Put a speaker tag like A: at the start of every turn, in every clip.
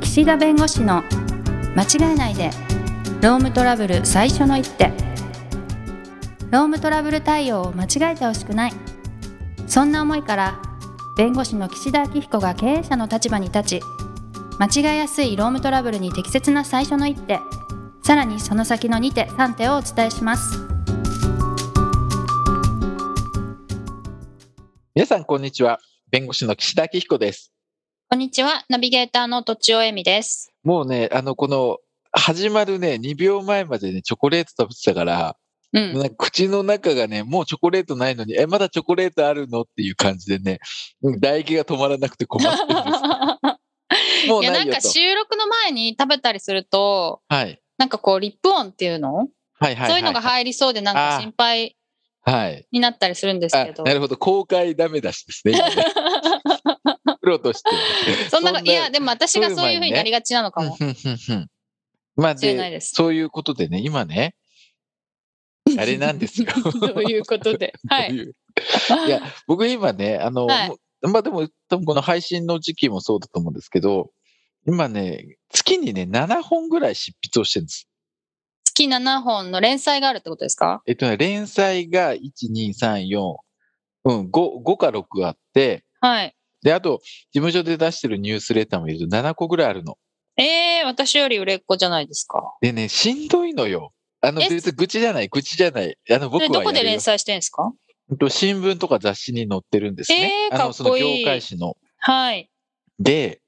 A: 岸田弁護士の間違えないでロームトラブル最初の一手ロームトラブル対応を間違えてほしくないそんな思いから弁護士の岸田明彦が経営者の立場に立ち間違えやすいロームトラブルに適切な最初の一手さらにその先の2手3手をお伝えします
B: 皆さん、こんにちは。弁護士の岸田明彦です。
A: こんにちはナビゲーターのとちおえみです
B: もうね、あの、この、始まるね、2秒前までね、チョコレート食べてたから、
A: う
B: なんか口の中がね、もうチョコレートないのに、え、まだチョコレートあるのっていう感じでね、うん唾液が止まらなくて困ってるんで す。もう
C: いや
B: な
C: なん
B: いよ
C: か
B: と。
C: 収録の前に食べたりすると
B: はい。
C: なんかこうリップ音っていうの、
B: はいはいはい。
C: そういうのが入りそうでなん
B: あ
C: か
B: ー
C: 心配
B: はい。
C: になったりするんです
B: あ
C: けど
B: なるほど。公開ダメ出しですね。今 ねプロとして。
C: そんな
B: そん
C: い
B: な
C: やでも私がそういうふうになりがちなのかも、
B: うんうんうんうんまあ
C: しれない
B: で、
C: です。
B: そういうことでね、今ね、あれなんですよ
C: とい うことで は
B: と
C: い
B: いういや、僕今ね、あの、
C: はい
B: もうまあでも、多分この配信の時期もそうだと思うんですけど、今ね、月にね、7本ぐらい執筆をしてるんです。
C: 月7本の連載があるってことですか
B: えっとね、連載が1、2、3、4、うん、5、5か6あって、
C: はい
B: で、あと、事務所で出してるニュースレターもいると7個ぐらいあるの。
C: えー、私より売れっ子じゃないですか
B: でね、しんどいのよ。あの、
C: え
B: 別に愚痴じゃない、愚痴じゃない。あの、僕
C: で
B: は
C: どこで
B: やるよ
C: 連載してるんですか
B: うんと新聞とか雑誌に載ってるんですね。
C: えー
B: あの、そ
C: かっ
B: の
C: こ
B: 業
C: いい
B: 界誌の。
C: はい
B: で、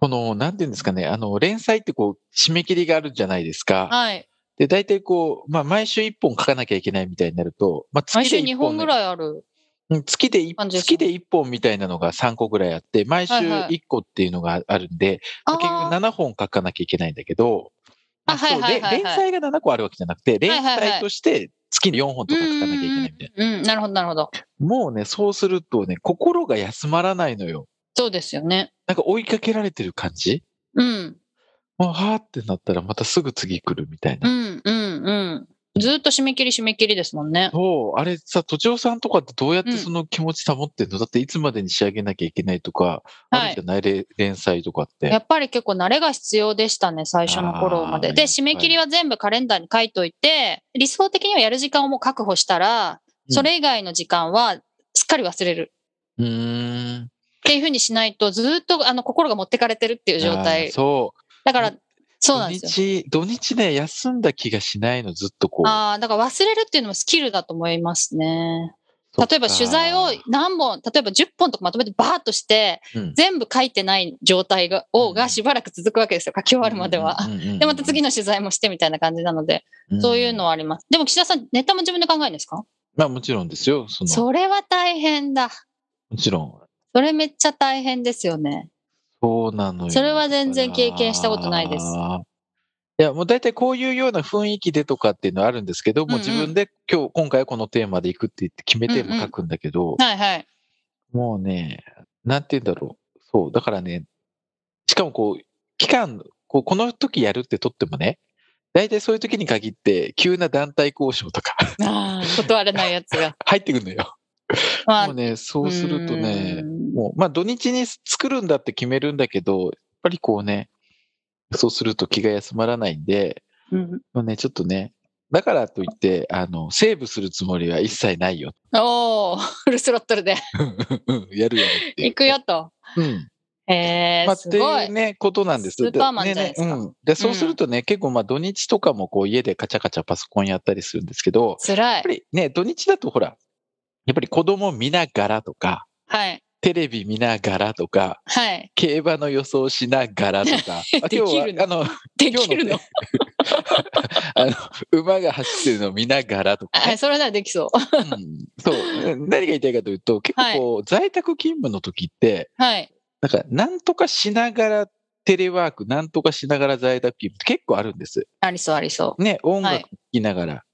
B: この、なんていうんですかね、あの、連載ってこう、締め切りがあるじゃないですか。
C: はい
B: で、大体こう、まあ、毎週1本書かなきゃいけないみたいになると、まあ、
C: 毎
B: 月で
C: 週2
B: 1
C: 本
B: 本,、
C: ぐらいある
B: うん月で一
C: 感じです
B: 月で1本みたいなのが3個ぐらいあって、毎週
C: はいはい
B: 1個っていうのがあるんで、まあ
C: あー
B: 結局7本書かなきゃいけないんだけど、
C: あ
B: まそう
C: はいはい
B: で
C: はいはい
B: 連載が7個あるわけじゃなくて、連
C: はいはい
B: 載として月に4本とか書かなきゃいけないみたいな。
C: うんなるほどなるほど
B: もうね、そうするとね、心が休まらないのよ。
C: そうですよね
B: なんか追いかけられてる感じ
C: うん
B: もう、はーってなったらまたすぐ次来るみたいうな。
C: んうんうん。ずっと締め切り締め切りですもんね。
B: そう、あれさ、都庁さんとかってどうやって
C: うん
B: その気持ち保ってんの、だっていつまでに仕上げなきゃいけないとか、あ
C: は
B: るじゃ
C: い。
B: ないれ連載とかって。
C: やっぱり結構慣れが必要でしたね、最初の頃ま
B: あ
C: で。
B: ー
C: で、
B: やっぱり
C: 締め切りは全部カレンダーに書いといて、理想的にはやる時間をもう確保したら、
B: うん
C: それ以外の時間はすっかり忘れる。
B: うーん。
C: っていうふうにしないと、ずっとあの心が持ってかれてるっていう状
B: あー
C: 態。
B: そう。
C: だから
B: う、
C: そうなんですよ。
B: 土日、土日ね、休んだ気がしないの、ずっとこう。
C: ああ、だから忘れるっていうのもスキルだと思いますね。
B: そっか
C: 例えば取材を何本、例えば10本とかまとめてバーっとして、
B: うん
C: 全部書いてない状態が、を
B: う
C: が
B: ん
C: しばらく続くわけですよ。書き終わるまでは。
B: うんうんうんうん
C: で、また次の取材もしてみたいな感じなので、そういうの
B: は。
C: はあります。でも岸田さん、ネタも自分で考えるんですか
B: まあもちろんですよ。その
C: それは大変だ。
B: もちろん。
C: それめっちゃ大変ですよね。
B: そうなのよ。
C: それは全然経験したことないです
B: だからいや、もう大体こういうような雰囲気でとかっていうのはあるんですけど、もう
C: うんうん
B: 自分で今日、今回はこのテーマで行くって言って決めテーマ書くんだけど、
C: はいはい。
B: もうね、なんて言うんだろう。そう、だからね、しかもこう、期間、こうこの時やるってとってもね、大体そういう時に限って、急な団体交渉とか
C: あー断れないやつが。
B: 入ってくるのよ。
C: まあ
B: もうね、そうするとね、
C: うーん
B: もう、まあ土日に作るんだって決めるんだけど、やっぱりこうね、そうすると気が休まらないんで、
C: うん
B: まあね、ちょっとね、だからといって、あの、セーブするつもりは一切ないよ。
C: おー、フルスロットルで
B: うんやるよっていう。
C: 行くよと。
B: うん。
C: え
B: まあ、
C: ー、
B: っ
C: す
B: て
C: ご
B: いう
C: い。
B: ね、ことなんです。
C: スーパーマンじゃないですか
B: ねねうん。で、そうするとね、結構まあ土日とかもこう家でカチャカチャパソコンやったりするんですけど、やっ
C: 辛い
B: ぱ。りね、土日だとほら、やっぱり子供見ながらとか、
C: はい。
B: テレビ見ながらとか、
C: はい。
B: 競馬の予想しながらと か、あ
C: できるの
B: 今日はあの、
C: できるの
B: 今あの、馬が走ってるのを見ながらとか、
C: は
B: ね
C: い、それならできそう。
B: うんそう。何が言いたいかというと、結構こう、在宅勤務の時って、
C: はい。
B: なんか、なんとかしながらテレワーク、なんとかしながら在宅勤務って結構あるんです。
C: ありそうありそう。
B: ね、音
C: は
B: 楽
C: い
B: 聴きながら、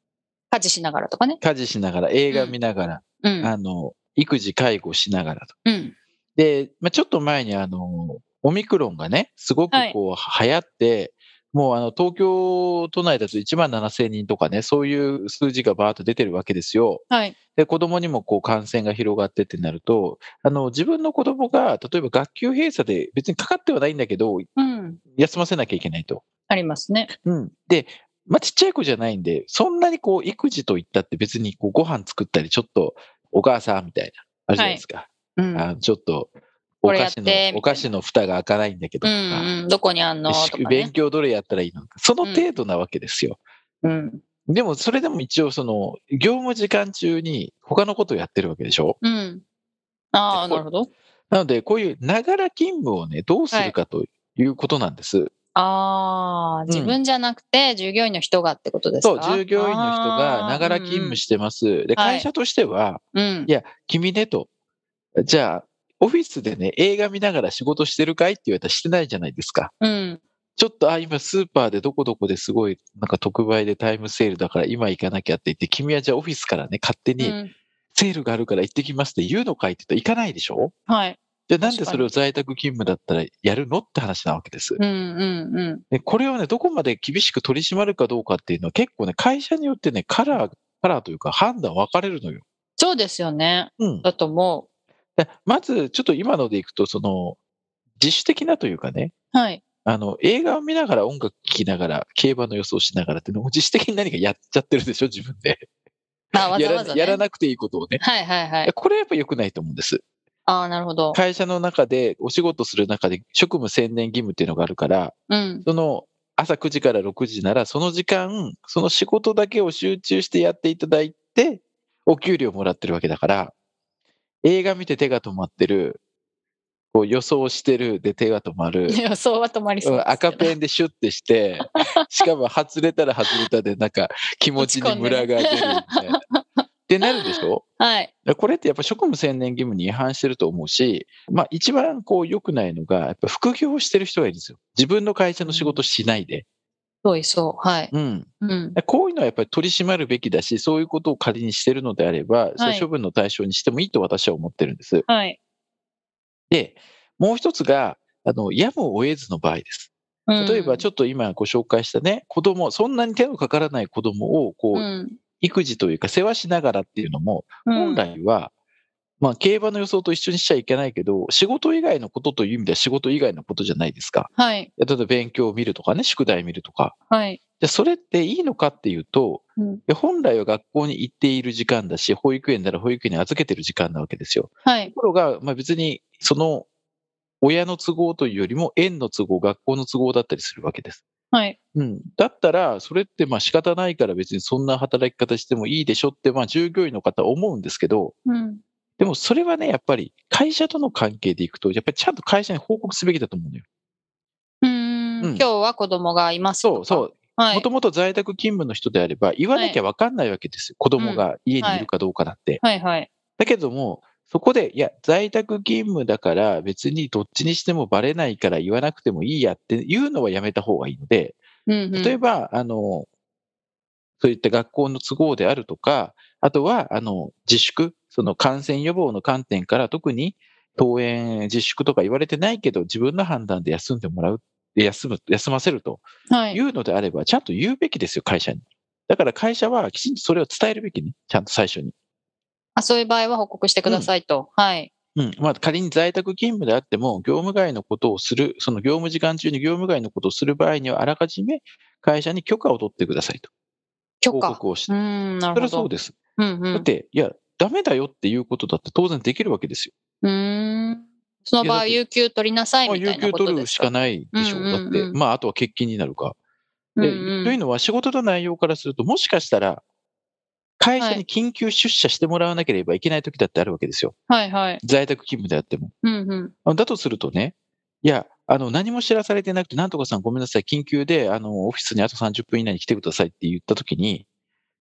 C: 家事しながらとかね。
B: 家事しながら、映画見ながら、
C: うん。
B: あの、育児介護しながらと。
C: うん。
B: で、まあ、ちょっと前にあの、オミクロンがね、すごくこう、流行って、もうあの東京都内だと1万7000人とかね、そういう数字がバーッと出てるわけですよ。
C: はい。
B: で、子供にもこう感染が広がってってなると、あの自分の子供が例えば学級閉鎖で別にかかってはないんだけど、
C: うん。
B: 休ませなきゃいけないと。
C: ありますね。
B: うん、で、まあ、ちっちゃい子じゃないんで、そんなにこう育児といったって別にこうご飯作ったり、ちょっとお母さんみたいな、あるじゃないですか。
A: うん
B: あちょっとお
C: これや
B: 菓子
C: ってみ
B: の
C: たいな
B: お菓子の蓋が開かないんだけど
C: う
B: と
C: ん
B: か、
C: うん。どこにあんのとか、ね
B: 勉。強どれやったらいいのか、その程度なわけですよ。
C: うん。
B: でもそれでも一応その業務時間中に他のことをやってるわけでしょ
C: うん。ああ、なるほど。
B: なのでこういうながら勤務をねどうするかということなんです。
C: ああ、自分じゃなくて、従業員の人がってことです
B: そ
C: か
B: う従業員の人がながら勤務してます。で
C: はい
B: 会社としては、
C: て。うん
B: いや君ねとじゃあオフィスでね映画見ながら仕事してるかいって言われたらしてないじゃないですか。
C: うん。
B: ちょっとあ今スーパーでどこどこですごいなんか特売でタイムセールだから今行かなきゃって言って君はじゃあオフィスからね勝手
C: う
B: に
C: ん。
B: セールがあるから行ってきますって言うのかいって言ったら行かないでしょ、
C: はい。
B: じゃあなんでそれを在宅勤務だったらやるのって話なわけです。
C: うんうんうん。
B: でこれをね、どこまで厳しく取り締まるかどうかっていうのは結構ね、会社によってね、カラー、カラーというか判断分かれるのよ。
C: そうですよね。
B: うん。
C: だと思
B: でまず、ちょっと今のでいくと、その、自主的なというかね、
C: う。はい。
B: あの、映画を見ながら音楽聴きながら、競馬の予想しながらっていうのを自主的に何かやっちゃってるでしょ、自分で。
C: まあ、わざ
B: や
C: わ
B: ら
C: ざ、ね。
B: やらなくていいことをね。
C: はいはいはい。
B: これやっぱ良くないと思うんです。
C: ああ、なるほど。
B: 会社の中で、お仕事する中で職務専念義務っていうのがあるから、
C: うん。
B: その朝9時から6時なら、その時間、その仕事だけを集中してやっていただいて、お給料もらってるわけだから、映画見て手が止まってる、こう予想してるで手が止まる、
C: 予想は止まり そううんですけど。
B: 赤ペンでシュッてして、 しかも外れたら外れたで、なんか気持ちにムラが出るみたいな。ってなるでしょ
C: はい。
B: これってやっぱ職務専念義務に違反してると思うし、まあ一番こう良くないのが、やっぱ副業をしてる人がいるんですよ。自分の会社の仕事しないで。
C: そういそう。はい。
B: うん、
C: うん。
B: こういうのはやっぱり取り締まるべきだし、そういうことを仮にしてるのであれば、それ処分の対象にしてもいいと私は思ってるんです。
C: はい。
B: で、もう一つが、あの、やむを得ずの場合です。例えば、ち
C: ょ
B: ょ
C: っ
B: っと今ご紹介したね、子供、そんなに手のかからない子供を、こう、育児というか世話しながらっていうのも、本来は、まあ、競馬の予想と一緒にしちゃいけないけど、仕事以外のことという意味では仕事以外のことじゃないですか。
C: はい。
B: 例えば勉強を見るとかね、宿題見るとか。
C: はい。
B: じゃあそれっていいのかっていうと、
C: うん
B: で本来は学校に行っている時間だし、保育園なら保育園に預けてる時間なわけですよ。
C: はい
B: と。ころが、まあ、別にその親の都合というよりも園の都合、学校の都合だったりするわけです。
C: はい。
B: うん、だったら、それってまあ仕方ないから別にそんな働き方してもいいでしょって、まあ、従業員の方は思うんですけど、
C: うん。
B: でもそれはね、やっぱり会社との関係でいくと、やっぱりちゃんと会社に報告すべきだと思うのよ。
C: う
B: うん
C: ん。今日は子供がいますとか。
B: そうそう。
C: は
B: も
C: い
B: と。もと在宅勤務の人であれば、言わなきゃ分かんないわけですよ。子供が家にいるかどうかだって。
C: はいはい。
B: だけども、そこで、いや、在宅勤務だから別にどっちにしてもバレないから言わなくてもいいやっていうのはやめた方がいいので、
C: うんうん。
B: 例えば、あの、そういった学校の都合であるとか、あとは、あの、自粛、その感染予防の観点から特に登園自粛とか言われてないけど、自分の判断で休んでもらう、休む、休ませると
C: はい
B: いうのであれば、ちゃんと言うべきですよ、会社に。だから会社はきちんとそれを伝えるべきね、ちゃんと最初に。
C: あ、そういう場合は報告してくださいと。はい。
B: うんまあ、仮に在宅勤務であっても、業務外のことをする、その業務時間中に業務外のことをする場合には、あらかじめ会社に許可を取ってくださいと。
C: 許
B: 報
C: 可。
B: 告をして。
C: うん、な
B: それ
C: るほど。
B: はそうです。
C: うんうん
B: だって、いや、ダメだよっていうことだって当然できるわけですよ。
C: うーん。その
B: いや
C: 場
B: だっ
C: 合、
B: て
C: 有給取りなさい
B: まあ、
C: みた
B: 有
C: いな
B: 給
C: こと
B: 取
C: で
B: る
C: す
B: し
C: か。
B: かないでしょ
C: う
B: う。
C: んうんうん
B: だって、まあ、あとは欠勤になるか。
C: うん
B: で
C: うん
B: というのは、仕事の内容からすると、もしかしたら、会社に緊急出社してもらわなければいけない時だってあるわけですよ。
C: はいはい。
B: 在宅勤務であっても。
C: うんうん。
B: あだとするとね、いや、あの、何も知らされてなくて、なんとかさんごめんなさい、緊急で、あの、オフィスにあと30分以内に来てくださいって言ったときに、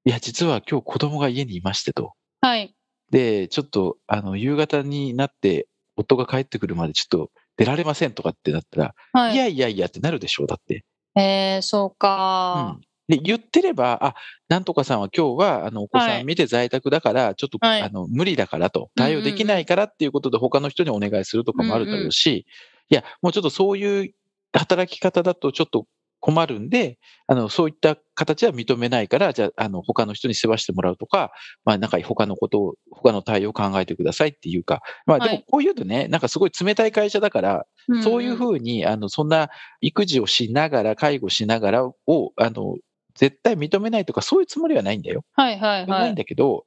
B: いや、実は今日子供が家にいましてと。
C: はい。
B: で、ちょっと、あの、夕方になって、夫が帰ってくるまでちょっと出られませんとかってなったら、
C: はいい。
B: やいやいやってなるでしょう、だって。
C: えー、そう
B: う
C: か
B: ん。で、言ってれば、あ、なんとかさんは今日は、あの、お子さ
C: はい
B: ん見て在宅だから、ちょっと、
C: はい
B: あの、無理だからと、
C: うんうん
B: 対応できないからっていうことで他の人にお願いするとかもあるだろうし、いや、もうちょっとそういう働き方だと、ちょっと困るんで、あの、そういった形は認めないから、じゃあ、あの、他の人に世話してもらうとか、まあ、なんか他のことを、他の対応を考えてくださいっていうか、まあ、
C: はい
B: でもこういうとね、なんかすごい冷たい会社だから、そういうふうに、あの、そんな育児をしながら、介護しながらを、あの、絶対認めないとか、そういうつもりはないんだよ。
C: はいはいは
B: ない
C: い
B: ん。だけど、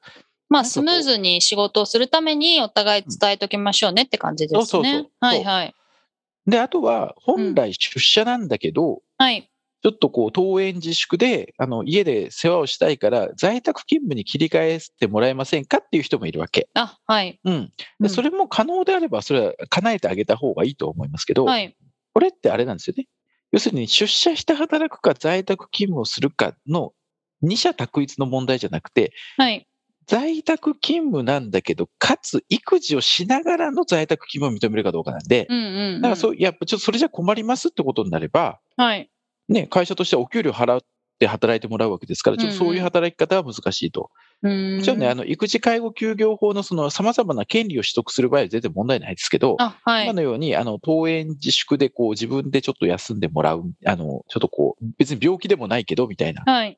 C: ま
B: な
C: あ、
B: んか
C: ス
B: こう
C: ムーズに仕事をするためにお互い伝えときましょうねって感じですね。
B: そうそうそう
C: はいはい。
B: で、あとは、本来出社なんだけど、
C: はい。
B: ちょっとこう、登園自粛で、あの、家で世話をしたいから、在宅勤務に切り替えてもらえませんかっていう人もいるわけ。
C: あ、はい。
B: うん。
C: う
B: で、
C: ん
B: それも可能であれば、それは叶えてあげた方がいいと思いますけど、
C: はい。
B: これってあれなんですよね。要するに、出社して働くか、在宅勤務をするかの二者択一の問題じゃなくて、
C: はい。
B: 在宅勤務なんだけど、かつ育児をしながらの在宅勤務を認めるかどうかなんで、
C: うんうん、うん。
B: だからそう、やっぱちょっとそれじゃ困りますってことになれば、
C: はい。
B: ね、会社としてはお給料払って働いてもらうわけですから、ちょっとそういう働き方は難しいと。
C: うーん。
B: もちろんね、あの、育児介護休業法のその様々な権利を取得する場合は全然問題ないですけど、
C: あ、は
B: 今
C: い。
B: のように、あの、登園自粛でこう自分でちょっと休んでもらう、あの、ちょっとこう、別に病気でもないけど、みたいな、
C: はい。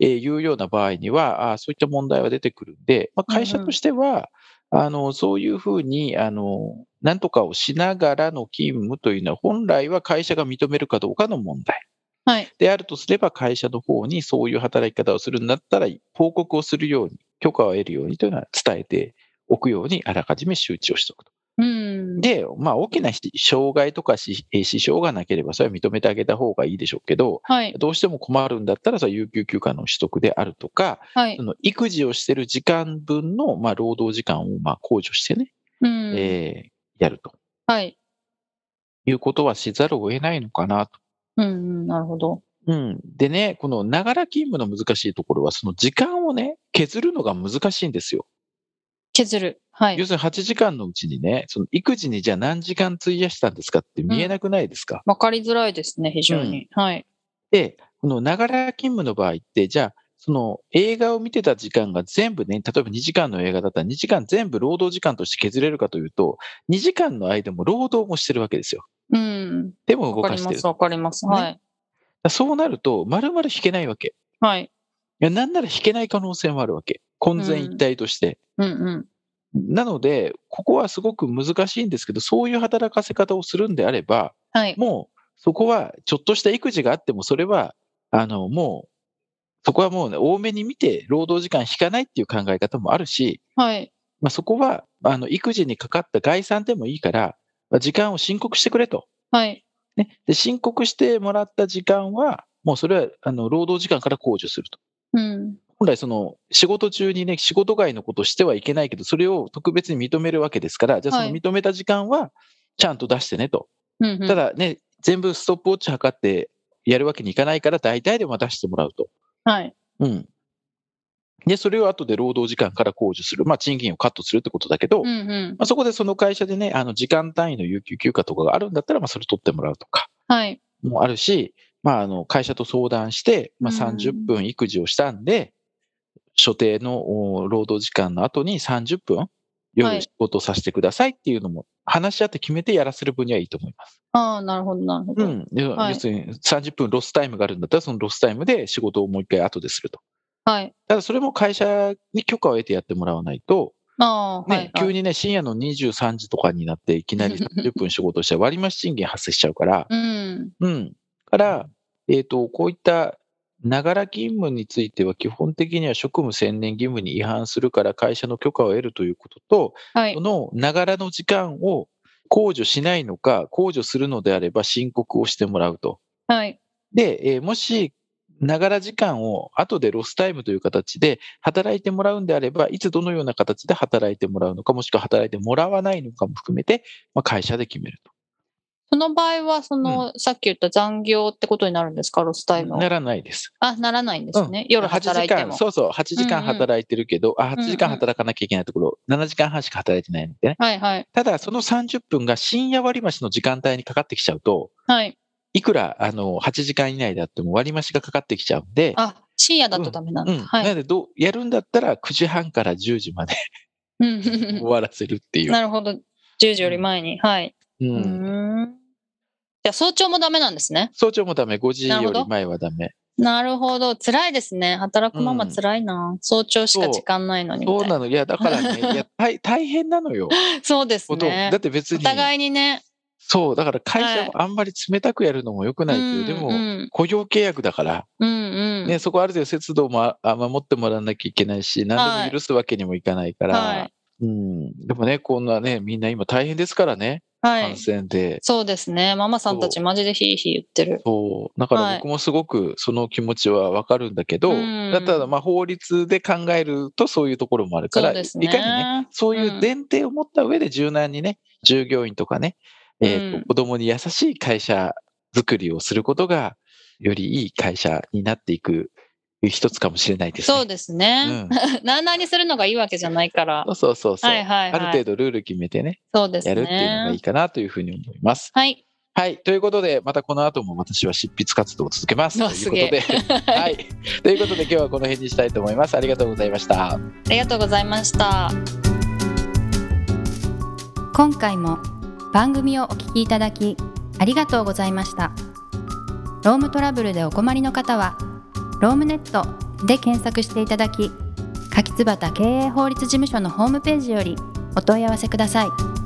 B: えーいうような場合には、あーそういった問題は出てくるんで、まあ、会社としては、あの、そういうふうに、あの、なんとかをしながらの勤務というのは、本来は会社が認めるかどうかの問題。
C: はい。
B: であるとすれば、会社の方にそういう働き方をするんだったら、報告をするように、許可を得るようにというのは伝えておくように、あらかじめ周知をしておくと。
C: うん。
B: で、まあ、大きなし障害とかしえー支障がなければ、それは認めてあげた方がいいでしょうけど、
C: はい。
B: どうしても困るんだったら、それは有給休暇の取得であるとか、
C: はい
B: そ。の育児をしてる時間分の、まあ、労働時間をまあ控除してね、
C: うん。
B: えーやると
C: はい。
B: いうことはしざるを得ないのかなと。
C: うんうん。なるほど。
B: うん、でね、このながら勤務の難しいところは、その時間をね、削るのが難しいんですよ。
C: 削る。はい
B: 要。するに8時間のうちにね、その育児にじゃあ何時間費やしたんですかって見えなくないですか、
C: わかりづらいですね、非常に。はい。
B: で、このながら勤務の場合って、じゃあ、その映画を見てた時間が全部ね、例えば2時間の映画だったら2時間全部労働時間として削れるかというと、2時間の間も労働もしてるわけですよ。
C: うん。
B: 手も動
C: わか
B: か
C: り
B: して
C: ま
B: る
C: す、。わかります。
B: ね
C: はい。
B: そうなると、丸々引けないわけ。
C: はい。
B: いや、なんなら引けない可能性もあるわけ。混然一体として。
C: うんうん。
B: なので、ここはすごく難しいんですけど、そういう働かせ方をするんであれば、
C: はい。
B: もうそこはちょっとした育児があっても、それは、あの、もう、そこはもうね、多めに見て、労働時間引かないっていう考え方もあるし、
C: はい。
B: まあ、そこは、あの、育児にかかった概算でもいいから、まあ時間を申告してくれと。
C: はい。
B: ね。で、申告してもらった時間は、もうそれは、あの、労働時間から控除すると。
C: うん。
B: 本来その仕事中にね、仕事外のことしてはいけないけど、それを特別に認めるわけですから、じゃあ
C: はい
B: その認めた時間はちゃんと出してねと。
C: うんうん。
B: ただね、全部ストップウォッチ測ってやるわけにいかないから、大体でも出してもらうと。
C: はい。
B: うん。で、それを後で労働時間から控除する。まあ、賃金をカットするってことだけど、
C: う
B: ま
C: んうん。
B: あ、そこでその会社でね、あの、時間単位の有給休暇とかがあるんだったら、まあ、それ取ってもらうとか。
C: はい。
B: もあるし、まあ、あの会社と相談して、まあ、
C: うん
B: 30分育児をしたんで、所定のお労働時間の後に30分
C: は
B: 夜
C: い
B: 仕事させてくださいっていうのも話し合って決めてやらせる分にはいいと思います。
C: ああ、なるほど、なるほ
B: う
C: ど。
B: ん。要
C: はい
B: 要するに30分ロスタイムがあるんだったら、そのロスタイムで仕事をもう一回後ですると。
C: はい。
B: ただそれも会社に許可を得てやってもらわないと、
C: ああー、はい。
B: ね、急にね、深夜の23時とかになっていき なり30分仕事したら割増賃金発生しちゃうから、
C: うん。
B: うん。から、えっ、と、こういった、ながら勤務については、基本的には職務専念義務に違反するから、会社の許可を得るということと、
C: はい
B: こ。のながらの時間を控除しないのか、控除するのであれば申告をしてもらうと。
C: はい。
B: で、えーもし、ながら時間を後でロスタイムという形で働いてもらうんであれば、いつどのような形で働いてもらうのか、もしくは働いてもらわないのかも含めて、まあ、会社で決めると。
C: その場合は、その、さっき言った残業ってことになるんですか、ロスタイムは
B: ならないです。
C: あ、ならないんですね。夜働
B: 8
C: いて
B: 時間
C: も。
B: そうそう、8時間
C: うんうん
B: 働いてるけど、あ、8時間
C: うんうん
B: 働かなきゃいけないところ、7時間半しか働いてないんでね。
C: はいはい。
B: ただ、その30分が深夜割増の時間帯にかかってきちゃうと、
C: はい。
B: いくら、あの、8時間以内であっても割増がかかってきちゃうんで、
C: あ、深夜だとダメなん
B: う
C: だ。
B: ん。
C: は。
B: ないのでどう、やるんだったら9時半から10時まで
C: うん
B: 終わらせるっていう。
C: なるほど。10時より前に。はい。
B: う。
C: うんん。じゃあ早朝もダメなんですね。
B: 早朝もダメ、5時
C: なる
B: よ
C: ほど
B: り前はダメ。
C: なるほど。辛いですね。働くママ
B: うん
C: 辛いな。早朝しか時間ないのにみたい
B: そう
C: な。
B: なの。いや、だからね、 いや、大大変なのよ。
C: そうです
B: こと
C: ね
B: だっ。て別
C: お
B: に、
C: 互いにね。
B: そう、だから会社
C: はい
B: もあんまり冷たくやるのも良くないけど、で
C: うんう
B: も、
C: ん
B: 雇用契約だから、
C: うんうん
B: ね、そこある程度節度もああ守ってもらわなきゃいけないし、何で
C: はい
B: も許すわけにもいかないから、
C: はい
B: うん、でもね、こんなね、みんな今大変ですからね、
C: はい
B: 感。染で。
C: そうですね。ママさんたち
B: そ
C: マジでヒーヒー言ってる。
B: そう。だから僕もすごくその気持ちはわかるんだけど、
C: うん
B: だただまあ法律で考えるとそういうところもあるか
C: そ
B: ら、
C: うです
B: いかにね、
C: ね。
B: そうい
C: うん
B: う前提を持った上で柔軟にね、従業員とかね、えーと
C: うん
B: 子供に優しい会社作りをすることが、よりいい会社になっていく一つかもしれないですね。
C: そうですね。
B: うん
C: なあなあにするのがいいわけじゃないから。
B: そうそうそう そう。
C: はいはい
B: ある
C: はい。
B: 程度ルール決めてね、
C: そうです
B: やるっていうのがい
C: ね
B: い。かなというふうに思います。
C: はい。
B: はい。ということで、またこの後も私は執筆活動を続けます。と
C: わ
B: いうことで、はい。ということで今日はこの辺にしたいと思います。ありがとうございました。
C: ありがとうございました。
A: 今回も番組をお聞きいただきありがとうございましたロームトラブルでお困りの方はロームネットで検索していただき柿椿経営法律事務所のホームページよりお問い合わせください